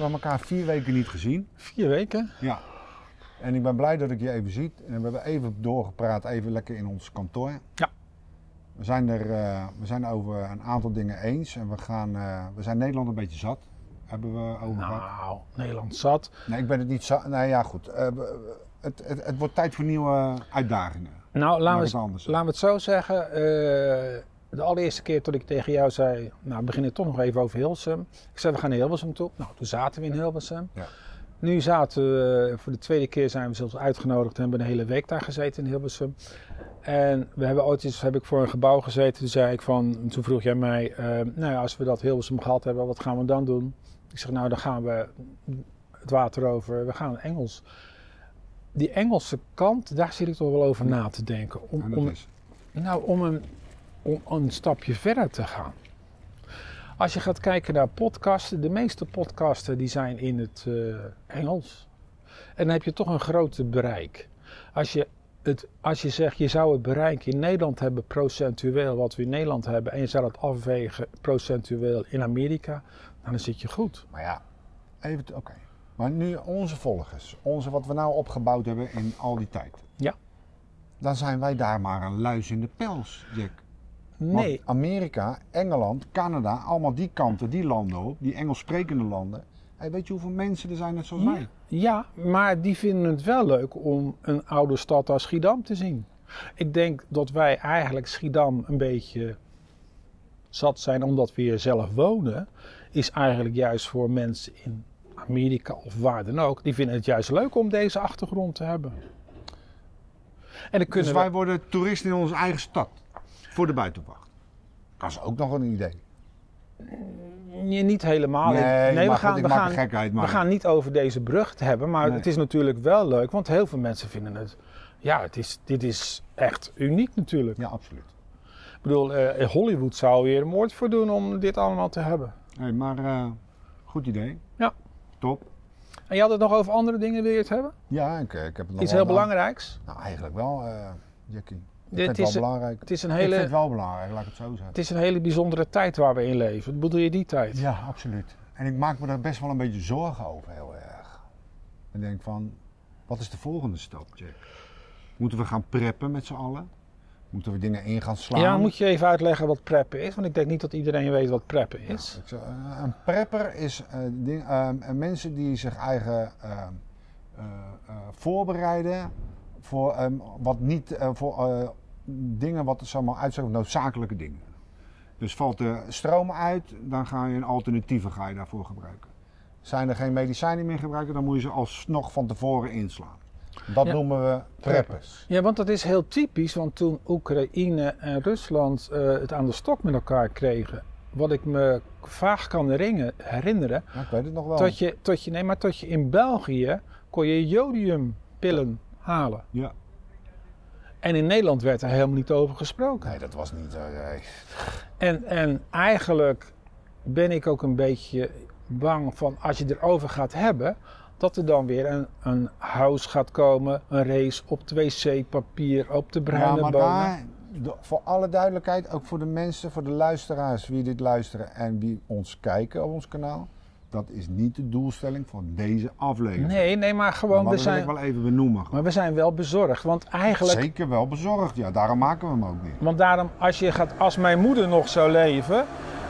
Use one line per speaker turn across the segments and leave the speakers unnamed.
elkaar vier weken niet gezien.
Vier weken?
Ja. En ik ben blij dat ik je even zie. En we hebben even doorgepraat, even lekker in ons kantoor.
Ja.
We zijn er eh, we zijn over een aantal dingen eens. En we, gaan, eh, we zijn Nederland een beetje zat. Hebben we over gehad.
Nou, Nederland zat.
Nee, ik ben het niet zat. Nee, ja, goed. Eh, we- het, het, het wordt tijd voor nieuwe uitdagingen.
Nou, laten
Laat
we,
het
eens-
anders.
laten we het zo zeggen. eh, de allereerste keer dat ik tegen jou zei, nou we beginnen toch nog even over Hilversum. Ik zei, we gaan naar Hilversum toe. Nou, toen zaten we in Hilversum.
Ja.
Nu zaten we, voor de tweede keer zijn we zelfs uitgenodigd en hebben een hele week daar gezeten in Hilversum. En we hebben ooit eens, heb ik voor een gebouw gezeten, toen zei ik van, toen vroeg jij mij, eh, nou ja, als we dat Hilversum gehad hebben, wat gaan we dan doen? Ik zeg, nou dan gaan we het water over, we gaan Engels. Die Engelse kant, daar zit ik toch wel over na te denken. Om,
En dat
om,
is.
nou, om een, om een stapje verder te gaan. Als je gaat kijken naar podcasten, de meeste podcasten die zijn in het eh, Engels. En dan heb je toch een grote bereik. Als je, het, als je zegt, je zou het bereik in Nederland hebben procentueel wat we in Nederland hebben... en je zou dat afwegen procentueel in Amerika, dan zit je goed.
Maar ja, even. t- Oké. Maar nu onze volgers, onze wat we nou opgebouwd hebben in al die tijd.
Ja.
Dan zijn wij daar maar een luis in de pels, Jack. Want
Nee,
Amerika, Engeland, Canada, allemaal die kanten, die landen op, die Engels sprekende landen. Hey, weet je hoeveel mensen er zijn net zoals wij?
Ja, maar die vinden het wel leuk om een oude stad als Schiedam te zien. Ik denk dat wij eigenlijk Schiedam een beetje zat zijn omdat we hier zelf wonen. Is eigenlijk juist voor mensen in Amerika of waar dan ook. Die vinden het juist leuk om deze achtergrond te hebben. En dan
Dus
kunnen
wij worden toeristen in onze eigen stad. Voor de buitenwacht. Dat is ook nog een idee.
we Nee, niet helemaal.
nee, maar
we
goed,
gaan,
ik
we
maak
gaan,
een gekheid.
We
Maar.
gaan niet over deze brug te hebben, maar
Nee.
het is natuurlijk wel leuk, want heel veel mensen vinden het. Ja, het is, dit is echt uniek natuurlijk.
Ja, absoluut.
Ik bedoel, eh, Hollywood zou hier een moord voor doen om dit allemaal te hebben.
Hey, maar eh, goed idee.
Ja.
Top.
En je had het nog over andere dingen, wil je het hebben?
Ja, ik, ik heb het nog
Iets
wel
heel
gedaan.
belangrijks.
Nou, eigenlijk wel, eh Jackie. Ik
Dit
vind het
is-
wel belangrijk.
Het is, een
Ik
hele,
vind het wel belangrijk, laat ik het zo zeggen.
het is een hele bijzondere tijd waar we in leven. Wat bedoel je die tijd?
Ja, absoluut. En ik maak me daar best wel een beetje zorgen over, heel erg. Ik denk van, wat is de volgende stap, Jack? Moeten we gaan preppen met z'n allen? Moeten we dingen in gaan slaan?
Ja, moet je even uitleggen wat preppen is, want ik denk niet dat iedereen weet wat preppen is.
Ik zeg, eh, een prepper is eh, ding- eh, eh, mensen die zich eigen eh, eh, eh, voorbereiden voor eh, wat niet eh, voor eh, dingen wat zeg maar uitzeggen noodzakelijke dingen. Dus valt de stroom uit, dan ga je een alternatieve ga je daarvoor gebruiken. Zijn er geen medicijnen meer gebruiken, dan moet je ze alsnog van tevoren inslaan. Dat
Ja.
noemen we preppers.
Ja, want dat is heel typisch, want toen Oekraïne en Rusland eh, het aan de stok met elkaar kregen, wat ik me vaag kan herinneren- herinneren,
Ja, ik weet het nog wel.
tot je, tot je, nee, maar tot je in België kon je jodiumpillen halen.
Ja.
En in Nederland werd er helemaal niet over gesproken.
Nee, dat was niet. eh, nee.
En, en eigenlijk ben ik ook een beetje bang van als je erover gaat hebben, dat er dan weer een, een house gaat komen, een race op 2C-papier, op de bruine
ja, maar
bonen.
daar, de- voor alle duidelijkheid, ook voor de mensen, voor de luisteraars, wie dit luisteren en wie ons kijken op ons kanaal, dat is niet de doelstelling van deze aflevering.
Nee, nee, maar gewoon,
maar
we
dat wil
zijn,
ik wel even benoemen.
maar we zijn wel bezorgd. Want eigenlijk,
Zeker wel bezorgd, ja, daarom maken we hem ook niet.
want daarom, als je gaat, als mijn moeder nog zou leven,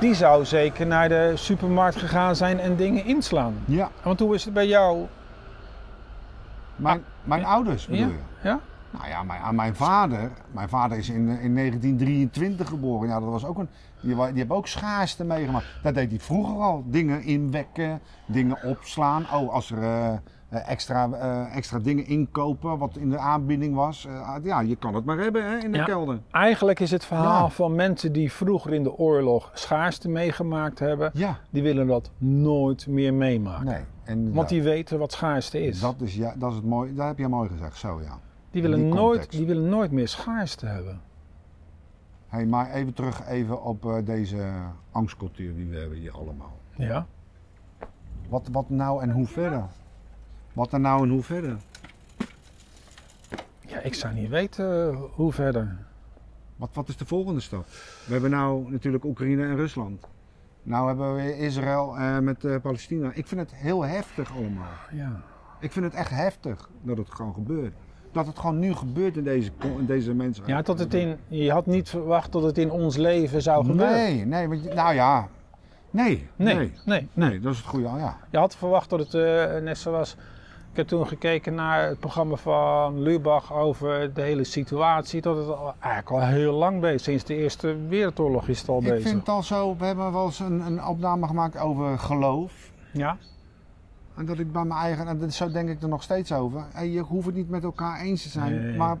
die zou zeker naar de supermarkt gegaan zijn en dingen inslaan.
Ja,
Want hoe is het bij jou?
mijn, mijn ouders bedoel
Ja?
je?
Ja?
Nou ja, mijn, aan mijn vader, mijn vader is in, eh, in 1923 geboren. Ja, dat was ook een, die, wa- die hebben ook schaarste meegemaakt. Dat deed hij vroeger al. Dingen inwekken, dingen opslaan. Oh, als er eh, eh, extra, eh, extra dingen inkopen wat in de aanbieding was. Eh, ja, je kan het maar hebben hè, in de
Ja.
kelder.
Eigenlijk is het verhaal
Ja.
van mensen die vroeger in de oorlog schaarste meegemaakt hebben,
Ja,
die willen dat nooit meer meemaken.
nee. En
Want die weten wat schaarste is.
dat, is, ja, dat is het mooi. Dat heb je mooi gezegd, zo ja. in
die, willen
die
nooit,
context.
die willen nooit meer schaarste hebben.
Hey, maar even terug even op eh, deze angstcultuur die we hebben hier allemaal.
Ja.
Wat, wat nou en hoe verder? Wat er nou en hoe verder?
ja, ik zou niet weten hoe verder.
Wat, wat is de volgende stap? We hebben nou natuurlijk Oekraïne en Rusland. Nou hebben we weer Israël eh, met eh, Palestina. Ik vind het heel heftig allemaal.
Ja.
Ik vind het echt heftig dat het gewoon gebeurt. Dat het gewoon nu gebeurt in deze, ko- in deze mensen.
ja, tot het in, je had niet verwacht dat het in ons leven zou gebeuren.
Nee, nee, want je- nou ja. Nee,
Nee,
nee,
nee.
nee. dat is het goede. Ja.
Je had verwacht dat het eh, net zo was. Ik heb toen gekeken naar het programma van Lubach over de hele situatie. Dat het al, eigenlijk al heel lang bezig is. Sinds de Eerste Wereldoorlog is het al
Ik
bezig.
vind het al zo, we hebben wel eens een, een opname gemaakt over geloof.
Ja?
En dat ik bij mijn eigen, en dat- zo denk ik er nog steeds over. En je hoeft het niet met elkaar eens te zijn,
Nee.
maar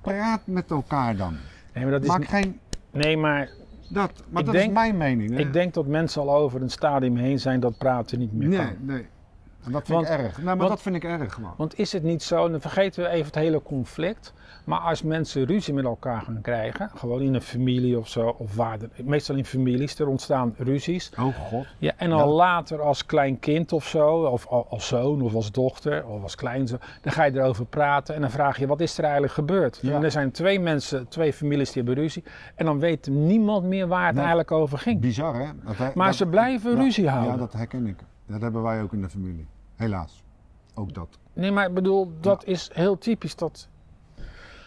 praat met elkaar dan.
Nee, maar, dat is
Maak
niet-
geen,
nee, maar
dat, maar
Ik
dat
denk-
is mijn mening. hè.
ik denk dat mensen al over een stadium heen zijn dat praten niet meer
Nee,
kan.
nee. En dat vind
Want-
ik erg. Nee, maar
want-
dat vind ik erg gewoon.
Want is het niet zo, en dan vergeten we even het hele conflict. Maar als mensen ruzie met elkaar gaan krijgen, gewoon in een familie of zo, of waar, dan- meestal in families, er ontstaan ruzies.
Oh god.
Ja, en al later als klein kind of zo, of al- als zoon of als dochter of als kleinzoon, dan ga je erover praten en dan vraag je wat is er eigenlijk gebeurd.
Ja.
En er zijn twee mensen, twee families die hebben ruzie en dan weet niemand meer waar het
Nee.
eigenlijk over ging.
Bizar hè? Dat hij-
Maar
dat-
ze blijven
Ja,
ruzie houden.
Ja, dat herken ik. Dat hebben wij ook in de familie. Helaas. Ook dat.
Nee, maar ik bedoel, dat is heel typisch. Dat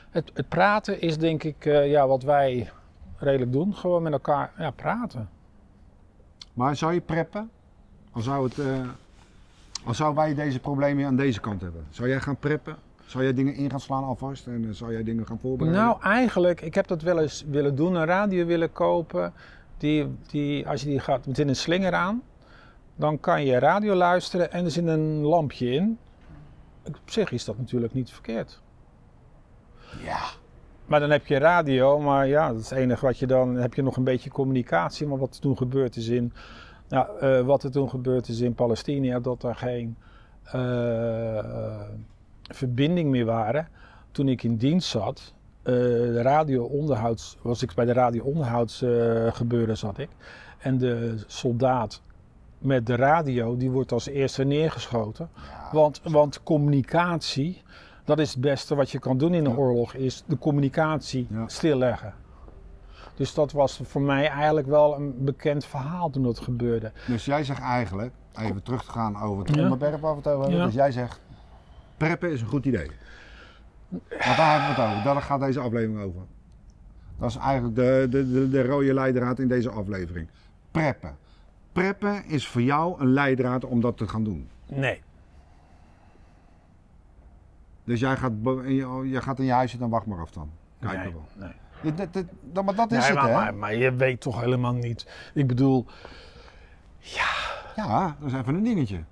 het, het praten is denk ik eh, ja, wat wij redelijk doen. Gewoon met elkaar ja, praten.
Maar zou je preppen? Al zou, het, eh, al zou wij deze problemen aan deze kant hebben. Zou jij gaan preppen? Zou jij dingen in gaan slaan alvast? En eh, zou jij dingen gaan voorbereiden?
Nou, eigenlijk, ik heb dat wel eens willen doen. Een radio willen kopen. Die, die, als je die gaat, er zit een slinger aan. Dan kan je radio luisteren en er zit een lampje in. Op zich is dat natuurlijk niet verkeerd.
Ja.
Maar dan heb je radio, maar ja, dat is het enige wat je dan... dan heb je nog een beetje communicatie, maar wat er toen gebeurd is in... Nou, eh, wat er toen gebeurd is in Palestina, dat er geen eh, eh, verbinding meer waren. Toen ik in dienst zat, eh, de radio onderhouds, was ik bij de radio onderhouds eh, gebeuren zat ik. En de soldaat met de radio, die wordt als eerste neergeschoten. Want, want communicatie, dat is het beste wat je kan doen in een
Ja.
oorlog, is de communicatie
Ja.
stilleggen. Dus dat was voor mij eigenlijk wel een bekend verhaal toen dat gebeurde.
Dus jij zegt eigenlijk, even terug te gaan over het
Ja.
onderwerp waar we het over hebben.
Ja.
Dus jij zegt, preppen is een goed idee. Maar daar hebben we het over. Daar gaat deze aflevering over. Dat is eigenlijk de, de, de, de rode leidraad in deze aflevering. Preppen. Preppen is voor jou een leidraad om dat te gaan doen.
Nee.
Dus jij gaat, bo- in je, jij gaat in je huis zitten en wacht maar af dan. Kijk maar wel.
nee.
Dit- dit- dit- dat- maar dat is
Nee,
het,
maar,
hè?
maar, maar je weet toch helemaal niet. Ik bedoel,
Ja, dat is even een dingetje.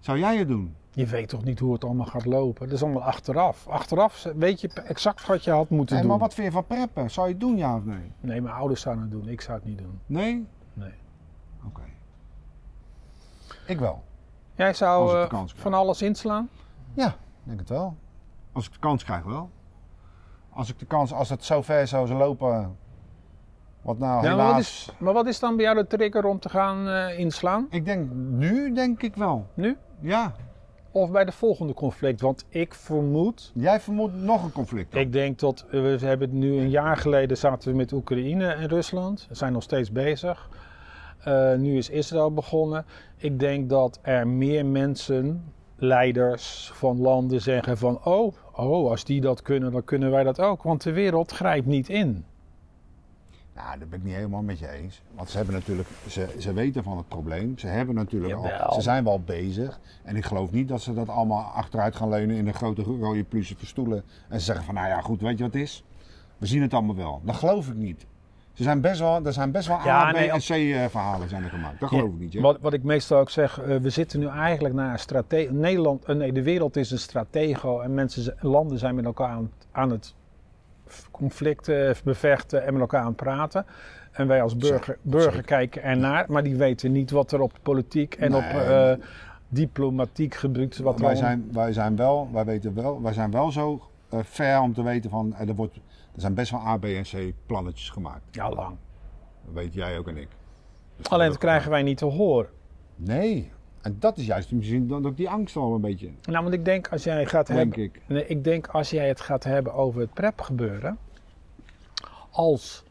Zou jij het doen?
je weet toch niet hoe het allemaal gaat lopen. Dat is allemaal achteraf. Achteraf weet je exact wat je had moeten
Hey,
doen.
maar wat vind je van preppen? Zou je het doen, ja of nee?
Nee, mijn ouders zouden het doen. Ik zou het niet doen.
Nee?
Nee.
Oké. Ik wel.
Jij zou
Als ik de
eh,
kans krijg.
van alles inslaan?
Ja, ik denk het wel. Als ik de kans krijg, wel. Als ik de kans, als het zo ver zou lopen. Wat nou,
Ja, maar, wat
helaas.
is, maar wat is dan bij jou de trigger om te gaan eh, inslaan?
Ik denk, nu denk ik wel.
Nu?
Ja.
Of bij de volgende conflict? Want ik vermoed
Jij vermoedt nog een conflict. dan.
Ik denk dat eh, we hebben het nu een jaar geleden zaten we met Oekraïne en Rusland. We zijn nog steeds bezig. Eh, nu is Israël begonnen. Ik denk dat er meer mensen, leiders van landen zeggen van oh, oh, als die dat kunnen, dan kunnen wij dat ook. Want de wereld grijpt niet in.
Nou, dat ben ik niet helemaal met je eens. Want ze hebben natuurlijk, ze, ze weten van het probleem. Ze hebben natuurlijk
Jawel.
al, ze zijn wel bezig. En ik geloof niet dat ze dat allemaal achteruit gaan leunen in een grote rode pluche stoelen. En ze zeggen van, nou ja, goed, weet je wat het is? We zien het allemaal wel. Dat geloof ik niet. Ze zijn best wel, er zijn best wel
Ja,
A, B
nee,
en C eh, verhalen zijn er gemaakt. Dat geloof ik niet. hè?
Wat, wat ik meestal ook zeg, eh, we zitten nu eigenlijk naar een strate- Nederland, eh, nee, de wereld is een stratego en mensen, z- landen zijn met elkaar aan, aan het f- conflicten eh, bevechten en met elkaar aan het praten. En wij als burger,
Zeker,
burger
zeker.
kijken ernaar, maar die weten niet wat er op politiek en op eh,
Nee.
diplomatiek gebeurt. Wat er
wij,
allemaal-
zijn, wij zijn wel, wij weten wel, wij zijn wel zo eh, ver om te weten van, eh, er, wordt, er zijn best wel A, B en C plannetjes gemaakt.
Ja, lang.
Dat weet jij ook en ik. Dus
Alleen dat
dat-
krijgen wij niet te horen.
Nee. En dat is juist misschien dan ook die angst al een beetje,
Nou, want ik denk als jij gaat
denk
hebben...
ik.
Nee, ik denk E als jij het gaat hebben over het prep gebeuren, als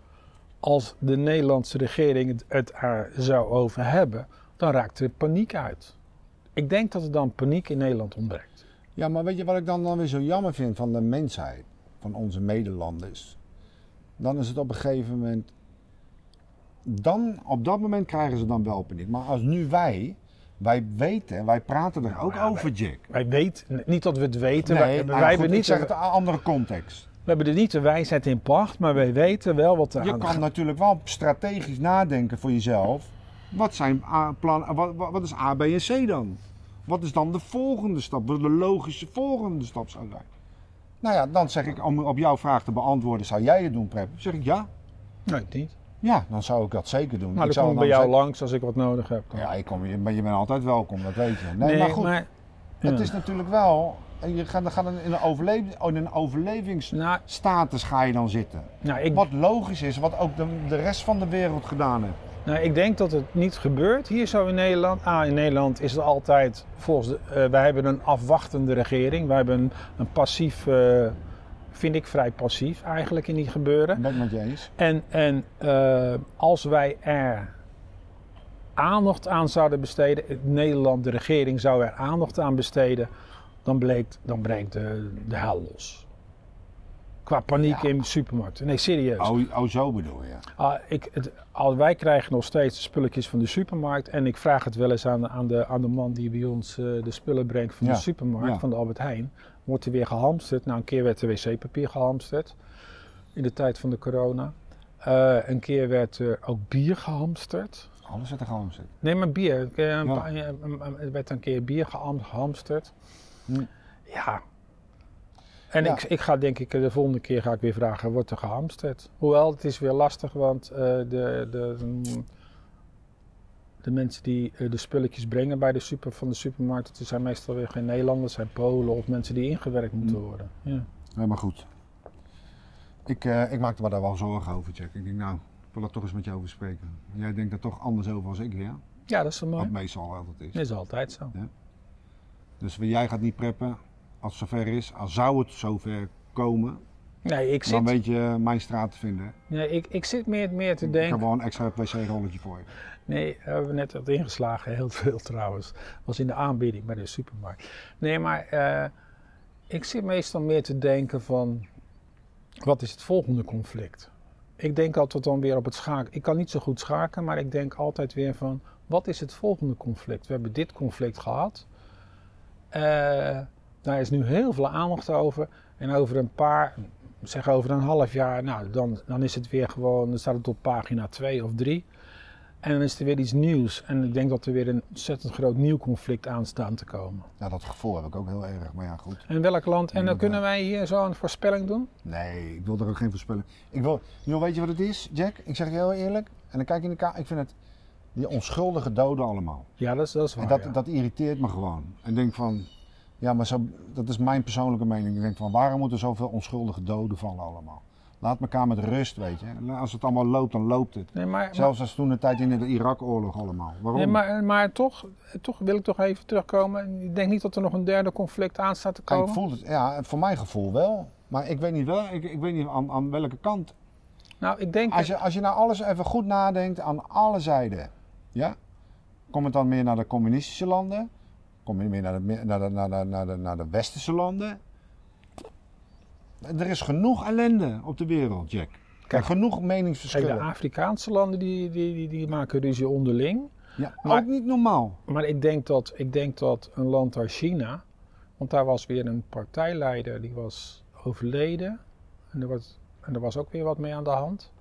als de Nederlandse regering het, het er zou over hebben, dan raakt er paniek uit. Ik denk dat er dan paniek in Nederland ontbreekt.
Ja, maar weet je wat ik dan, dan weer zo jammer vind van de mensheid, van onze medelanders? Dan is het op een gegeven moment. Dan, op dat moment krijgen ze dan wel paniek. Maar als nu wij, wij weten, wij praten er ook
ja,
over, Jack.
Wij weten, niet dat we het weten, wij,
Nee,
wij
maar
hebben
goed,
niet
ik zeg
de-
het in een andere context.
we hebben er niet de wijsheid in pacht, maar wij weten wel wat er
Je
aan
kan natuurlijk wel strategisch nadenken voor jezelf. Wat, zijn A- plan, eh, wat, wat- wat is A, B en C dan? Wat is dan de volgende stap? Wat de logische volgende stap zou zijn? Nou ja, dan zeg ik, om op jouw vraag te beantwoorden, zou jij het doen, Prep? Zeg ik ja.
Nee, niet.
Ja, dan zou ik Nou, dat zeker doen.
Maar
ik
Nou, dan
zou
kom ik bij
dan
jou
zeggen-
langs als ik wat nodig heb. dan.
Ja, ik kom, je, maar je bent altijd welkom, dat weet je. Nee, maar goed, het
ja.
is natuurlijk wel... Je gaat, dan gaat in een, overleving, in een overlevingsstatus
Nou,
ga je dan zitten.
nou, ik,
Wat logisch is, wat ook de, de rest van de wereld gedaan heeft.
nou, ik denk dat het niet gebeurt hier zo in Nederland. Ah, in Nederland is het altijd volgens. De, eh, wij hebben een afwachtende regering. Wij hebben een, een passief. eh, vind ik vrij passief eigenlijk in die gebeuren.
Ben ik met je eens?
En, en eh, als wij er aandacht aan zouden besteden, het Nederland, de regering zou er aandacht aan besteden, dan, bleek, dan breekt de, de hel los. Qua paniek
Ja.
in de supermarkt. Nee, serieus.
Oh, oh, zo bedoel je.
Ah, ik, het, al, wij krijgen nog steeds spulletjes van de supermarkt. En ik vraag het wel eens aan, aan, de, aan de man die bij ons eh, de spullen brengt van
Ja,
de supermarkt,
ja.
van de Albert Heijn. Wordt er weer gehamsterd? Nou, een keer werd er wc-papier gehamsterd. In de tijd van de corona. Eh, een keer werd er ook bier gehamsterd.
Alles wat er gewoon zit.
Nee, maar bier. Een keer Een
Ja.
paar- eh, een- een- er werd een keer bier geham- gehamsterd.
Hm.
Ja. En
Ja.
Ik, ik ga denk ik de volgende keer ga ik weer vragen, wordt er gehamsterd? Hoewel, het is weer lastig, want eh, de, de, hm, de mensen die eh, de spulletjes brengen bij de super, van de supermarkt, het zijn meestal weer geen Nederlanders, het zijn Polen of mensen die ingewerkt
Hm.
moeten worden. Ja.
Nee, maar goed. Ik, eh, ik maakte me daar wel zorgen over, Jack. Ik denk, nou, ik wil er toch eens met je over spreken. Jij denkt er toch anders over als ik weer.
ja, dat is wel mooi.
Wat meestal altijd is.
Dat is altijd zo.
Dus jij gaat niet preppen als het zover is. Als zou het zover komen,
Nee,
dan
ik zit,
weet je eh, mijn straat te vinden.
nee, ik, ik zit meer, meer te
Ik heb
denken.
wel een extra wc-rolletje voor je.
Nee, we hebben net wat ingeslagen, heel veel trouwens. Was in de aanbieding bij de supermarkt. Nee, maar eh, ik zit meestal meer te denken van, wat is het volgende conflict? Ik denk altijd dan weer op het schaken. Ik kan niet zo goed schaken, maar ik denk altijd weer van, wat is het volgende conflict? We hebben dit conflict gehad. Eh, daar is nu heel veel aandacht over. En over een paar, zeg over een half jaar, nou dan, dan is het weer gewoon, dan staat het op pagina 2 of 3. En dan is er weer iets nieuws. En ik denk dat er weer een ontzettend groot nieuw conflict aan staat te komen.
Ja, dat gevoel heb ik ook heel erg. Maar ja, goed.
En welk land? En dan
Inderdaad.
kunnen wij hier zo een voorspelling doen?
Nee, ik wil er ook geen voorspellen. Ik wil, joh, weet je wat het is, Jack? Ik zeg je heel eerlijk. En dan kijk je in de kaart. Ik vind het, die onschuldige doden allemaal.
Ja, dat is, dat is waar.
En dat,
Oh, ja.
dat irriteert me gewoon. En ik denk van, ja, maar zo, dat is mijn persoonlijke mening. Ik denk van, waarom moeten zoveel onschuldige doden vallen allemaal? Laat elkaar met rust, weet je. Als het allemaal loopt, dan loopt het.
Nee, maar,
Zelfs als toen de tijd in de Irak-oorlog allemaal. Waarom?
nee, maar, maar toch, toch wil ik toch even terugkomen. Ik denk niet dat er nog een derde conflict aan staat te
Ja, ik
komen.
voel het, ja, voor mijn gevoel wel. Maar ik weet niet, wel, ik, ik weet niet aan, aan welke kant.
Nou, ik denk...
Als je, als je nou alles even goed nadenkt aan alle zijden, ja? Komt het dan meer naar de communistische landen? Kom je meer naar de, naar de, naar de, naar de, naar de westerse landen? Er is genoeg ellende op de wereld, Jack. Kijk, genoeg
Kijk,
meningsverschillen.
de Afrikaanse landen die, die, die, die maken ruzie onderling.
ja,
maar-
ook niet normaal.
Maar ik denk, dat, ik denk dat een land als China, want daar was weer een partijleider die was overleden. En er was, en er was ook weer wat mee aan de hand.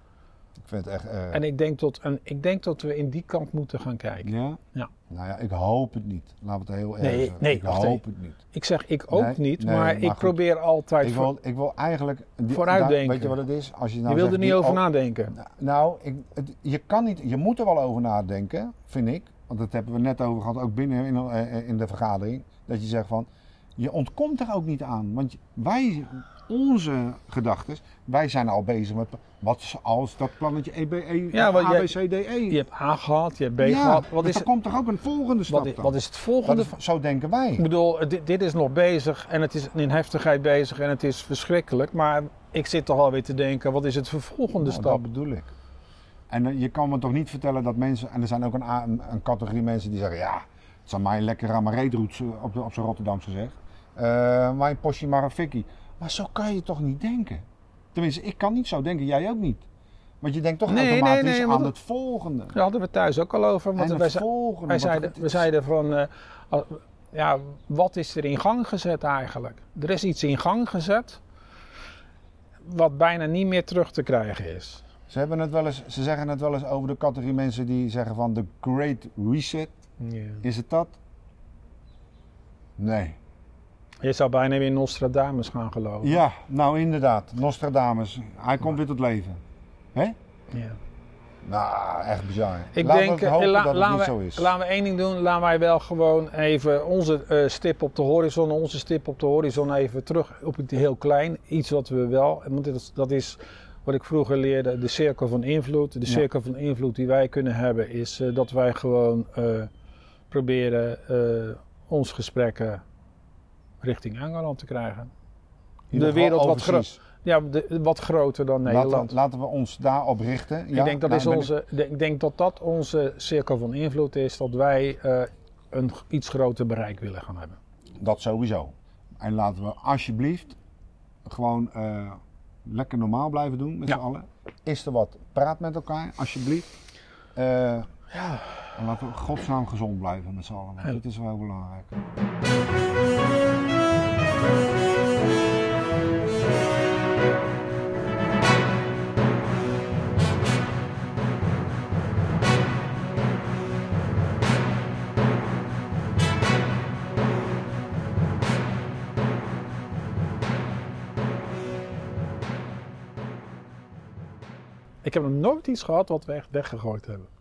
Ik vind het echt. eh,
En ik denk, dat, en ik denk dat we in die kant moeten gaan kijken.
ja?
Ja.
Nou ja, ik hoop het niet. Laten we het heel erg
Nee,
zeggen.
nee,
ik
wacht
hoop het niet.
Ik zeg ik ook
Nee,
niet,
nee,
maar
maar
ik
goed.
probeer altijd.
Ik
voor-
wil, ik wil eigenlijk. die-
Vooruitdenken.
Weet je wat het is? Als je nou
je wil
zegt,
er niet
die
over
o-
nadenken.
Nou, ik, het- je, kan niet, je moet er wel over nadenken, vind ik. Want dat hebben we net over gehad, ook binnen in, eh, in de vergadering. Dat je zegt van, je ontkomt er ook niet aan. Want wij, onze gedachten, wij zijn al bezig met wat is als dat plannetje EBE,
Ja, want
A,
jij-
B, C, D, E.
Je hebt A gehad, je hebt B
Ja,
gehad.
dus
Wat is,
er komt toch ook een volgende stap
wat, is,
dan?
wat is het
Dat
volgende?
is- zo denken
Ik
wij.
bedoel, eh, dit, dit is nog bezig en het is in heftigheid bezig en het is verschrikkelijk. Maar ik zit toch alweer te denken, wat is het vervolgende
Nou,
stap?
dat bedoel ik. En eh, je kan me toch niet vertellen dat mensen, en er zijn ook een, a- een, een categorie mensen die zeggen, ja, het zijn mij lekker aan mijn reetroet eh, op, de- op zijn Rotterdamse zeg. Eh, mijn posje maar een fikkie. Maar zo kan je toch niet denken? Tenminste, ik kan niet zo denken, jij ook niet. Want je denkt toch
Nee, nee,
automatisch
nee, want
aan
het-
het volgende.
Daar hadden we het thuis ook al over. Want
en
wij,
het
ze-
volgende.
wij
want
zeiden,
het
we
is-
zeiden van, eh, al- ja, wat is er in gang gezet eigenlijk? Er is iets in gang gezet wat bijna niet meer terug te krijgen is.
Ze, hebben het wel eens, ze zeggen het wel eens over de categorie mensen die zeggen van de Great Reset. Is het dat? Nee.
Je zou bijna weer Nostradamus gaan geloven.
Ja, nou inderdaad. Nostradamus. Hij komt weer tot leven.
Ja.
Nou, echt bizar.
Ik
Laten
denk,
we hopen
eh, la-
dat het
laten
niet
we-
zo is.
Laten we één ding doen. Laten wij wel gewoon even onze eh, stip op de horizon, onze stip op de horizon even terug op het heel klein. Iets wat we wel, eh, want dat, is- dat is wat ik vroeger leerde, de cirkel van invloed. De
Ja.
cirkel van invloed die wij kunnen hebben is eh, dat wij gewoon eh, proberen eh ons gesprekken richting Engeland te krijgen.
In ieder
de
geval
wereld wat
overseas.
Ja, de- wat groter dan
Laten,
Nederland.
we- laten we ons daarop richten.
ik, denk dat
nou,
is
ben
onze, ik... denk dat dat onze cirkel van invloed is, dat wij eh, een g- iets groter bereik willen gaan hebben.
ik- dat sowieso. En laten we alsjeblieft gewoon eh, lekker normaal blijven doen met
Ja.
z'n allen. Is er wat? Praat met elkaar, alsjeblieft. Eh, En laten we in godsnaam gezond blijven met z'n allen. want
Ja.
Dat is wel heel belangrijk.
Ik heb nog nooit iets gehad wat we echt weggegooid hebben.